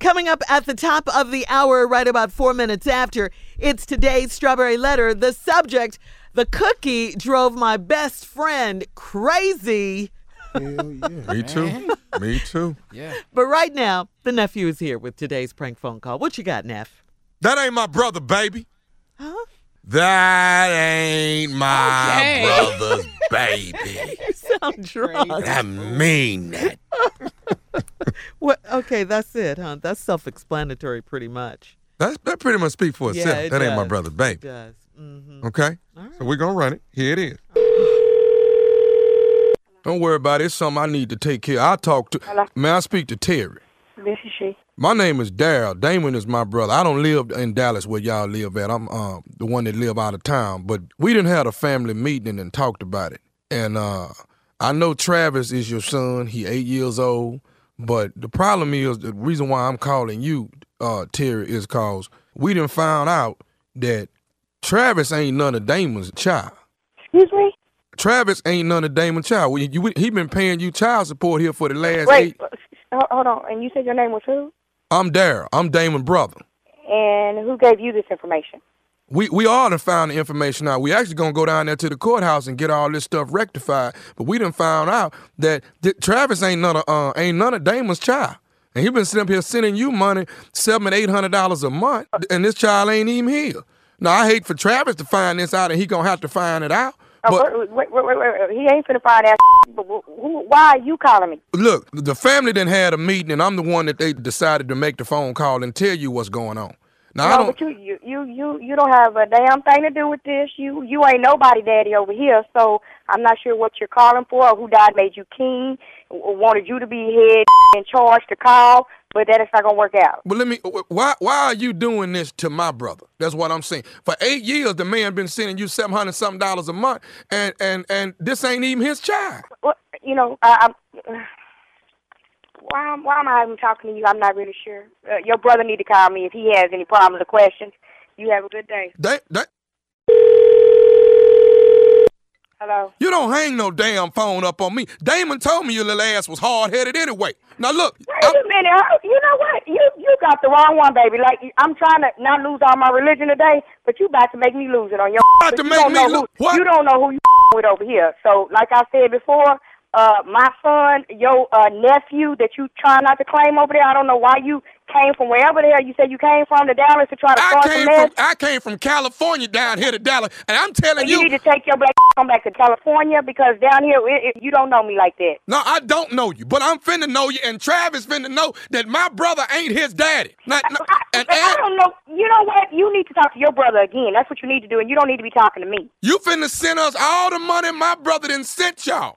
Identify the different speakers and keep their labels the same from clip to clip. Speaker 1: Coming up at the top of the hour, right about four minutes after, it's today's Strawberry Letter. The subject The cookie drove my best friend crazy.
Speaker 2: Hell yeah.
Speaker 3: Me too. Me too.
Speaker 2: Yeah.
Speaker 1: But right now, the nephew is here with today's prank phone call. What you got, Neff?
Speaker 3: That ain't my brother, baby.
Speaker 1: Huh?
Speaker 3: That ain't my
Speaker 4: Okay.
Speaker 3: brother's baby.
Speaker 1: You sound drunk.
Speaker 3: I mean that.
Speaker 1: What? Okay, that's it, huh? That's self explanatory pretty much.
Speaker 3: That's, that pretty much speaks for
Speaker 1: Yeah,
Speaker 3: itself.
Speaker 1: it
Speaker 3: that ain't my
Speaker 1: does.
Speaker 3: brother's baby.
Speaker 1: Does. Mm-hmm.
Speaker 3: Okay? So we're going to run it. Here it is. Don't worry about it. It's something I need to take care of. I talk to.
Speaker 5: Hello.
Speaker 3: May I speak to Terry?
Speaker 5: This is she.
Speaker 3: My name is Daryl. Damon is my brother. I don't live in Dallas where y'all live at. I'm uh, the one that live out of town. But we didn't have a family meeting and talked about it. And uh, I know Travis is your son. He eight years old. But the problem is the reason why I'm calling you, uh, Terry, is cause we didn't found out that Travis ain't none of Damon's child.
Speaker 5: Excuse me?
Speaker 3: Travis ain't none of Damon's child. We, you, he been paying you child support here for the last
Speaker 5: Wait,
Speaker 3: eight.
Speaker 5: uh, ho- hold on. And you said your name was who?
Speaker 3: I'm Daryl. I'm Damon's brother.
Speaker 5: And who gave you this information?
Speaker 3: We we all done found the information out. We actually gonna go down there to the courthouse and get all this stuff rectified. But we done found out that th- Travis ain't none of uh, ain't none of Damon's child, and he been sitting up here sending you money seven eight hundred dollars a month, and this child ain't even here. Now I hate for Travis to find this out, and he gonna have to find it out.
Speaker 5: Oh,
Speaker 3: But
Speaker 5: wait, wait, wait, wait, wait, wait. He ain't finna find out. But wh- who, why are you calling me?
Speaker 3: look, the family done had a meeting, and I'm the one that they decided to make the phone call and tell you what's going on. Now I
Speaker 5: no,
Speaker 3: don't.
Speaker 5: but you, you, you, you, you don't have a damn thing to do with this. You, you ain't nobody daddy over here. So I'm not sure what you're calling for or who died made you king, w- wanted you to be head in charge to call. But that is not gonna work out.
Speaker 3: But let me. wh- Why? Why are you doing this to my brother? That's what I'm saying. For eight years, the man been sending you seven hundred something dollars a month, and and and this ain't even his child.
Speaker 5: Well, you know, I, I'm. Why, am- why am I even talking to you? I'm not really sure. Uh, your brother need to call me if he has any problems or questions. You have a good day.
Speaker 3: That that
Speaker 5: Hello.
Speaker 3: you don't hang no damn phone up on me. Damon told me your little ass was hard headed anyway. Now look,
Speaker 5: Wait
Speaker 3: I'm-
Speaker 5: a minute. huh? You know what? You you got the wrong one, baby. Like I'm trying to not lose all my religion today, but you about to make me lose it on your.
Speaker 3: About to
Speaker 5: you
Speaker 3: make
Speaker 5: don't
Speaker 3: me
Speaker 5: know
Speaker 3: lo-
Speaker 5: who-
Speaker 3: what?
Speaker 5: You don't know who you with over here. So, like I said before, uh, my son, your uh, nephew that you trying not to claim over there. I don't know why you came from wherever the hell you said you came from to Dallas to try to
Speaker 3: I
Speaker 5: start some
Speaker 3: came
Speaker 5: mess.
Speaker 3: from I came from California down here to Dallas, and I'm telling
Speaker 5: You
Speaker 3: you,
Speaker 5: need to take your black come back to California because down here it, it, you don't know me like that.
Speaker 3: no, I don't know you, but I'm finna know you, and Travis finna know that my brother ain't his daddy. Now, now,
Speaker 5: I,
Speaker 3: and,
Speaker 5: I
Speaker 3: and
Speaker 5: don't know. You know what? You need to talk to your brother again. That's what you need to do, and you don't need to be talking to me.
Speaker 3: you finna send us all the money my brother done sent y'all.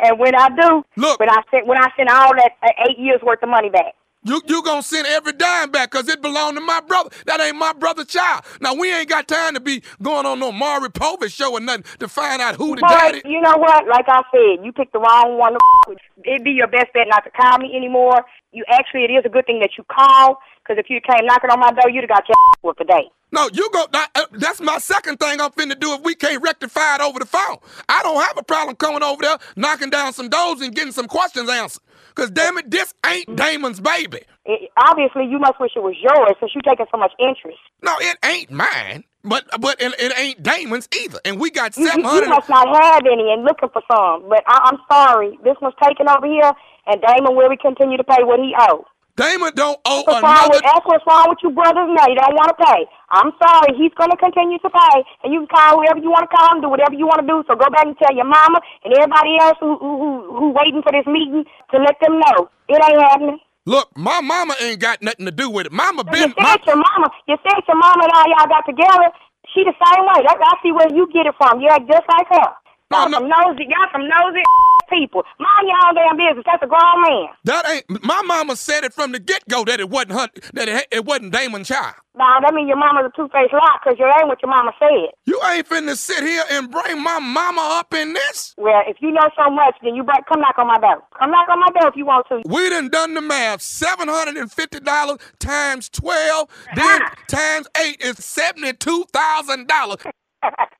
Speaker 5: and when I do,
Speaker 3: Look.
Speaker 5: when I send when I send all that uh, eight years worth of money back.
Speaker 3: You you gonna send every dime back because it belonged to my brother. That ain't my brother's child. Now we ain't got time to be going on no Maury Povich show or nothing to find out who the
Speaker 5: But
Speaker 3: daddy.
Speaker 5: you know what? Like I said, you picked the wrong one. To with. It'd be your best bet not to call me anymore. You actually, it is a good thing that you called because if you came knocking on my door, you'd have got your whooped today.
Speaker 3: No, you go. that- uh, that's my second thing I'm finna do if we can't rectify it over the phone. I don't have a problem coming over there, knocking down some doors and getting some questions answered. Cause damn it, this ain't Damon's baby.
Speaker 5: It, obviously, you must wish it was yours since you're taking so much interest.
Speaker 3: No, it ain't mine. But but it, it ain't Damon's either. And we got
Speaker 5: You,
Speaker 3: seven
Speaker 5: you- you
Speaker 3: hundred.
Speaker 5: must not have any and looking for some. But I, I'm sorry, this was taken over here, and Damon will continue to pay what he owed.
Speaker 3: Damon don't owe
Speaker 5: What's wrong
Speaker 3: another.
Speaker 5: with, that's what's wrong with you brothers now. You don't want to pay. I'm sorry. He's going to continue to pay. And you can call whoever you want to call him, do whatever you want to do. So go back and tell your mama and everybody else who, who, who, who waiting for this meeting to let them know. It ain't happening.
Speaker 3: Look, my mama ain't got nothing to do with it. Mama
Speaker 5: You
Speaker 3: been my,
Speaker 5: said your mama, you said your mama and all y'all got together. She the same way. That, I see where you get it from. You act just like her.
Speaker 3: No,
Speaker 5: Y'all
Speaker 3: no.
Speaker 5: some nosy, y'all some nosy people. Mind your own damn business. That's a grown man.
Speaker 3: That ain't my mama said it from the get go that it wasn't her that it, it wasn't Damon Child.
Speaker 5: Now that means your mama's a two faced lie because you ain't what your mama said.
Speaker 3: You ain't finna sit here and bring my mama up in this.
Speaker 5: Well, if you know so much, then you better come knock on my door. Come knock on my door if you want to.
Speaker 3: We done done the math. Seven hundred and fifty dollars times twelve, then
Speaker 5: Ah.
Speaker 3: times eight is seventy two thousand dollars.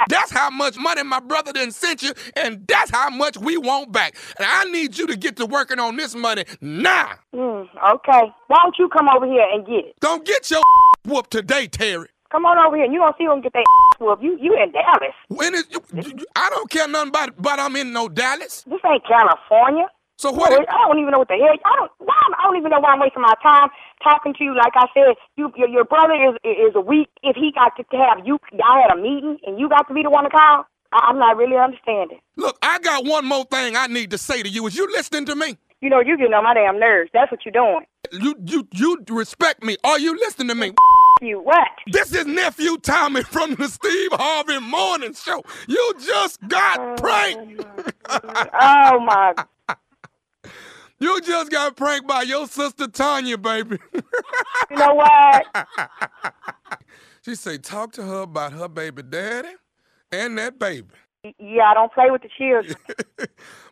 Speaker 3: That's how much money my brother done sent you, and that's how much we want back. And I need you to get to working on this money now.
Speaker 5: Mm, okay. Why don't you come over here and get it?
Speaker 3: Don't get your whooped today, Terry.
Speaker 5: Come on over here and you gonna see them get their whooped. You you in Dallas.
Speaker 3: When is you, you- I don't care nothing about, about I'm in no Dallas.
Speaker 5: This ain't California.
Speaker 3: So
Speaker 5: I
Speaker 3: what?
Speaker 5: don't I don't even know what the hell. I don't. Why? am- I don't even know why I'm wasting my time talking to you. Like I said, you your, your brother is is a weak. If he got to have you, y'all had a meeting and you got to be the one to call. I, I'm not really understanding.
Speaker 3: Look, I got one more thing I need to say to you. Is you listening to me?
Speaker 5: You know, you getting on my damn nerves. That's what you're doing.
Speaker 3: You you you respect me. Are you listening to me?
Speaker 5: You what?
Speaker 3: This is nephew Tommy from the Steve Harvey Morning Show. You just got pranked.
Speaker 5: Oh my.
Speaker 3: You just got pranked by your sister Tanya, baby.
Speaker 5: You know what?
Speaker 3: she say talk to her about her baby daddy and that baby.
Speaker 5: Yeah, I don't play with the children.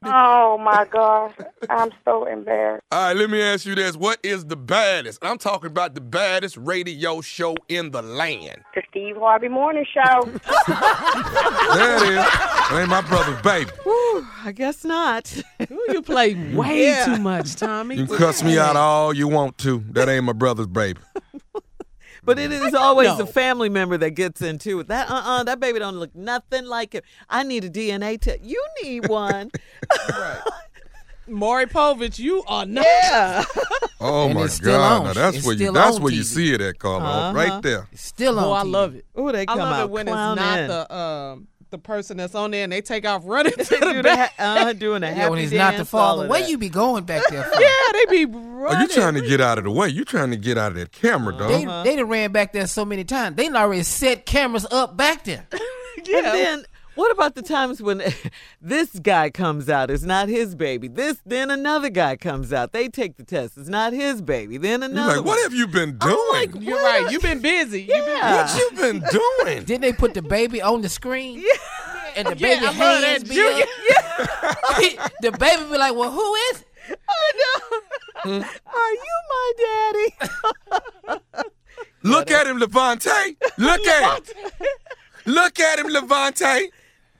Speaker 5: Oh my gosh, I'm so embarrassed.
Speaker 3: All right, let me ask you this. What is the baddest? I'm talking about the baddest radio show in the land.
Speaker 5: The Steve Harvey Morning Show.
Speaker 3: There it is. That ain't my brother's baby.
Speaker 1: Whew, I guess not.
Speaker 2: Ooh, you play way
Speaker 1: Yeah.
Speaker 2: too much, Tommy.
Speaker 3: You can cuss me out all you want to. That ain't my brother's baby.
Speaker 1: But it is always
Speaker 2: know.
Speaker 1: a family member that gets into it. That uh uh that baby don't look nothing like him. I need a DNA test. You need one.
Speaker 2: Maury Povich, you are not.
Speaker 1: yeah.
Speaker 3: Oh
Speaker 4: And
Speaker 3: my
Speaker 4: it's still
Speaker 3: God!
Speaker 4: on.
Speaker 3: Now that's
Speaker 4: It's
Speaker 3: where you
Speaker 4: still
Speaker 3: that's
Speaker 4: on Uh-huh.
Speaker 3: where you
Speaker 4: TV.
Speaker 3: see it at, Carla. Right there.
Speaker 4: Still on.
Speaker 2: Oh, I
Speaker 4: TV.
Speaker 2: love it.
Speaker 1: Oh, they
Speaker 2: I
Speaker 1: come
Speaker 2: love
Speaker 1: out
Speaker 2: it when it's
Speaker 1: clowning.
Speaker 2: not the um the person that's on there and they take off running to
Speaker 1: They
Speaker 2: the
Speaker 1: do the
Speaker 2: back.
Speaker 1: ha- uh, doing a happy
Speaker 4: Yeah, when he's not the
Speaker 1: dance, all
Speaker 4: father,
Speaker 1: of
Speaker 4: where
Speaker 1: that.
Speaker 4: you be going back there for?
Speaker 2: Yeah, they be
Speaker 3: Are
Speaker 2: running.
Speaker 3: Oh, you trying to get out of the way? You trying to get out of that camera, dog?
Speaker 4: They
Speaker 2: Uh-huh.
Speaker 4: they done ran back there so many times. They done already set cameras up back there.
Speaker 1: And then what about the times when this guy comes out? It's not his baby. This then another guy comes out. They take the test. It's not his baby. Then
Speaker 3: You're
Speaker 1: another.
Speaker 3: like, what have you been doing?
Speaker 1: like,
Speaker 2: You're right. You've been busy. You've been
Speaker 1: Yeah.
Speaker 3: what you been doing?
Speaker 4: Didn't they put the baby on the screen? Yeah. And the baby
Speaker 2: I love that,
Speaker 4: hands be
Speaker 2: Junior.
Speaker 4: up. the baby be like, well, who is? it?"
Speaker 3: Hmm?
Speaker 1: Are you my daddy?
Speaker 3: Look at him, Levante. Look at him. Look at him, Levante.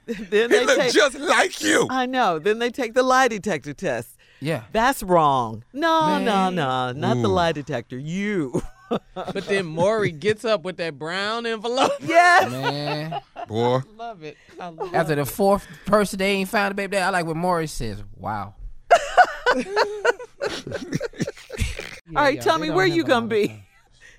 Speaker 1: then
Speaker 3: He
Speaker 1: they
Speaker 3: look
Speaker 1: take.
Speaker 3: just like you.
Speaker 1: I know. Then they take the lie detector test.
Speaker 4: Yeah.
Speaker 1: That's wrong. No, no,
Speaker 4: Man.
Speaker 1: no. Not the
Speaker 3: Ooh.
Speaker 1: lie detector. You.
Speaker 2: But then Maury gets up with that brown envelope.
Speaker 1: yes.
Speaker 4: Man.
Speaker 3: Boy.
Speaker 2: love it. I love
Speaker 4: After the fourth person, they ain't found the baby. daddy. I like what Morris says. Wow.
Speaker 1: All right, Tommy, where you gonna be?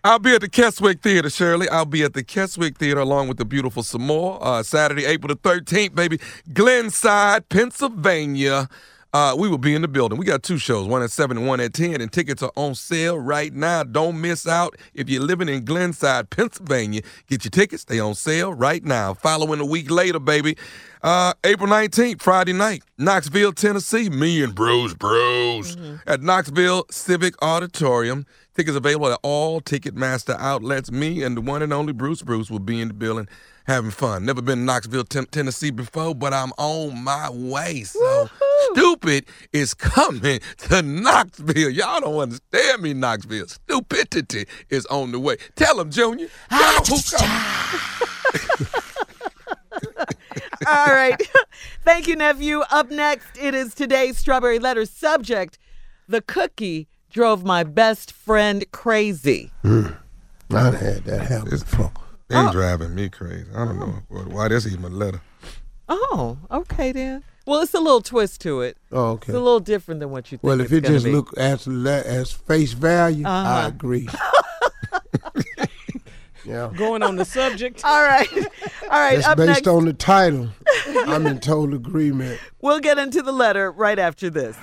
Speaker 3: I'll be at the Keswick Theater, Shirley. I'll be at the Keswick Theater along with the beautiful Samore uh, Saturday, April the 13th, baby. Glenside, Pennsylvania. Uh, we will be in the building. We got two shows, one at 7 and one at 10, and tickets are on sale right now. Don't miss out. If you're living in Glenside, Pennsylvania, get your tickets. They on sale right now. Following a week later, baby, uh, April 19th, Friday night, Knoxville, Tennessee. Me and Bruce, Bruce, at Knoxville Civic Auditorium. Tickets available at all Ticketmaster outlets. Me and the one and only Bruce Bruce will be in the building having fun. Never been to Knoxville, Ten- Tennessee before, but I'm on my way. So stupid is coming to Knoxville. Y'all don't understand me, Knoxville. Stupidity is on the way. Tell them, Junior. Tell 'em who coming.
Speaker 1: All right. Thank you, nephew. Up next, it is today's strawberry letter subject. The cookie drove my best friend crazy.
Speaker 6: I had that happen before.
Speaker 3: They driving me crazy. I don't know why that's even a letter.
Speaker 1: Oh, okay then. Well, it's a little twist to it.
Speaker 6: Oh,
Speaker 1: It's
Speaker 6: okay.
Speaker 1: a little different Uh-huh. than what you think.
Speaker 6: Well, if
Speaker 1: it's
Speaker 6: it
Speaker 1: gonna
Speaker 6: just
Speaker 1: be.
Speaker 6: look as le- as face value, I agree. yeah,
Speaker 2: Going on the subject.
Speaker 1: All right. All right.
Speaker 6: that's
Speaker 1: Up
Speaker 6: based
Speaker 1: next,
Speaker 6: on the title. I'm in total agreement.
Speaker 1: we'll get into the letter right after this.